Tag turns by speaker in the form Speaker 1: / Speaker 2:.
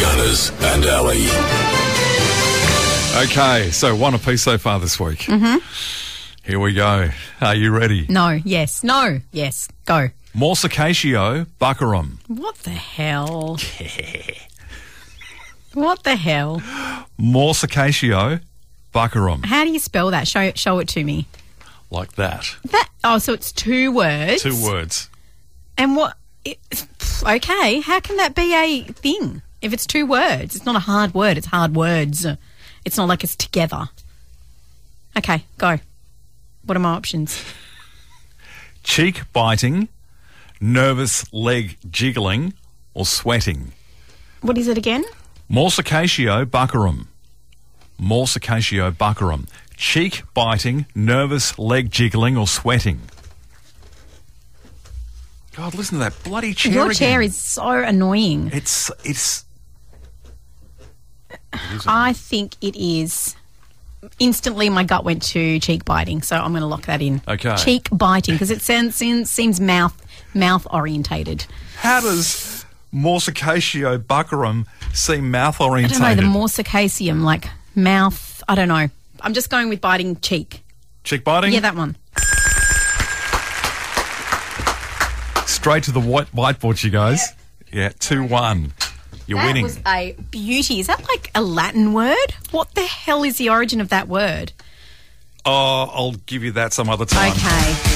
Speaker 1: Gunners and Alley.
Speaker 2: Okay, so one apiece so far this week. Mm-hmm. Here we go. Are you ready?
Speaker 3: No, yes, no, yes, go.
Speaker 2: Morsicatio buccarum.
Speaker 3: What the hell? what the hell?
Speaker 2: Morsicatio buccarum.
Speaker 3: How do you spell that? Show show it to me.
Speaker 2: Like that.
Speaker 3: That oh, so it's two words.
Speaker 2: Two words.
Speaker 3: And what? It, okay, how can that be a thing if it's two words? It's not a hard word. It's hard words. It's not like it's together. Okay, go. What are my options?
Speaker 2: Cheek biting, nervous leg jiggling, or sweating.
Speaker 3: What is it again?
Speaker 2: Morsicatio buccarum. Morsicatio buccarum. Cheek biting, nervous leg jiggling, or sweating. God, listen to that bloody chair
Speaker 3: Your
Speaker 2: again.
Speaker 3: chair is so annoying.
Speaker 2: It's it's
Speaker 3: I think it is. Instantly, my gut went to cheek biting, so I'm going to lock that in.
Speaker 2: Okay.
Speaker 3: Cheek biting because it sounds seems, seems mouth mouth orientated.
Speaker 2: how does Morsicatio buccarum seem mouth
Speaker 3: I
Speaker 2: orientated?
Speaker 3: don't know the morsicaceum, like mouth. I don't know. I'm just going with biting cheek.
Speaker 2: Cheek biting.
Speaker 3: Yeah, that one.
Speaker 2: Straight to the white whiteboard, you guys. Yeah, two one. You're
Speaker 3: That
Speaker 2: winning.
Speaker 3: was a beauty. Is that like a Latin word? What the hell is the origin of that word?
Speaker 2: Oh, I'll give you that some other time.
Speaker 3: Okay.